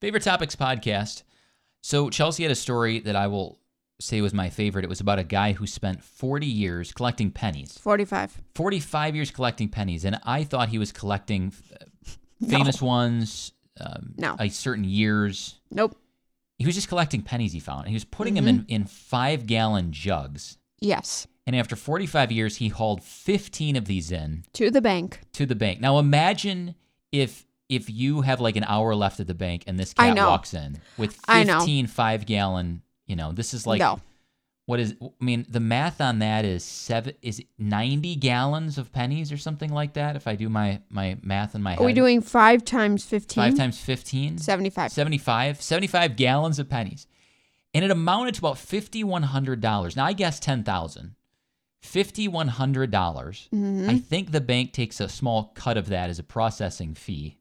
Favorite Topics podcast. So, Chelsea had a story that I will say was my favorite. It was about a guy who spent 40 years collecting pennies. 45. 45 years collecting pennies, and I thought he was collecting uh, famous ones, um, No. a certain years. Nope. He was just collecting pennies he found. He was putting them in, in five gallon jugs. Yes. And after 45 years, he hauled 15 of these in To the bank. to the bank. Now imagine if if you have like an hour left at the bank and this I cat know. walks in with I know. 15 five gallon, you know, this is like no. what is I mean, the math on that is seven is it 90 gallons of pennies or something like that if I do my my math in my head. Are we doing five times 15? 5 times 15? 75. 75 75 gallons of pennies and it amounted to about $5100 now i guess 10000 $5100 dollars Mm-hmm. i think the bank takes a small cut of that as a processing fee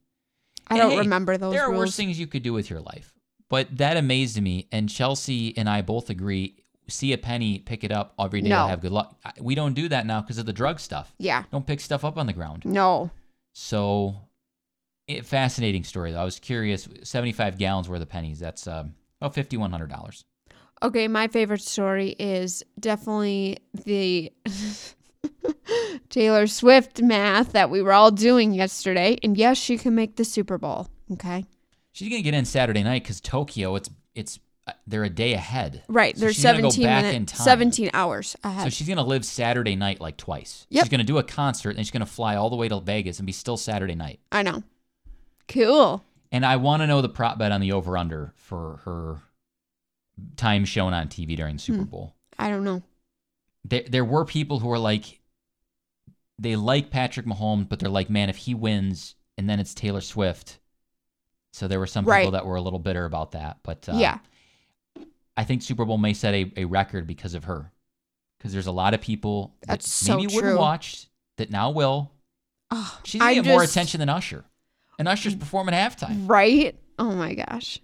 I And don't hey, remember those there are rules. worse things you could do with your life but that amazed me and chelsea and i both agree see a penny pick it up every day No. will have good luck I- we don't do that now because of the drug stuff Yeah. don't pick stuff up on the ground No. so, it, fascinating story though. I was curious. Seventy-five gallons worth of pennies. That's um, about fifty-one hundred dollars. Okay, my favorite story is definitely the Taylor Swift math that we were all doing yesterday. And yes, she can make the Super Bowl. Okay. She's gonna get in Saturday night because Tokyo. It's it's uh, they're a day ahead. Right. So there's she's gonna go 17 back minute- in time. 17 hours ahead. So she's gonna live Saturday night like twice. Yep. She's gonna do a concert and she's gonna fly all the way to Vegas and be still Saturday night. I know. Cool. And I want to know the prop bet on the over/under for her time shown on TV during the Hmm. Super Bowl. I don't know. there there were people who were like they like Patrick Mahomes, but they're like, man, if he wins and then it's Taylor Swift. So there were some people Right. that were a little bitter about that, but uh, yeah. I think Super Bowl may set a, a record because of her, because there's a lot of people that That's so maybe wouldn't true. watch that now will. Oh, She's gonna I get more just- Mm. attention than Usher, and Usher's performing halftime. Right? Oh my gosh.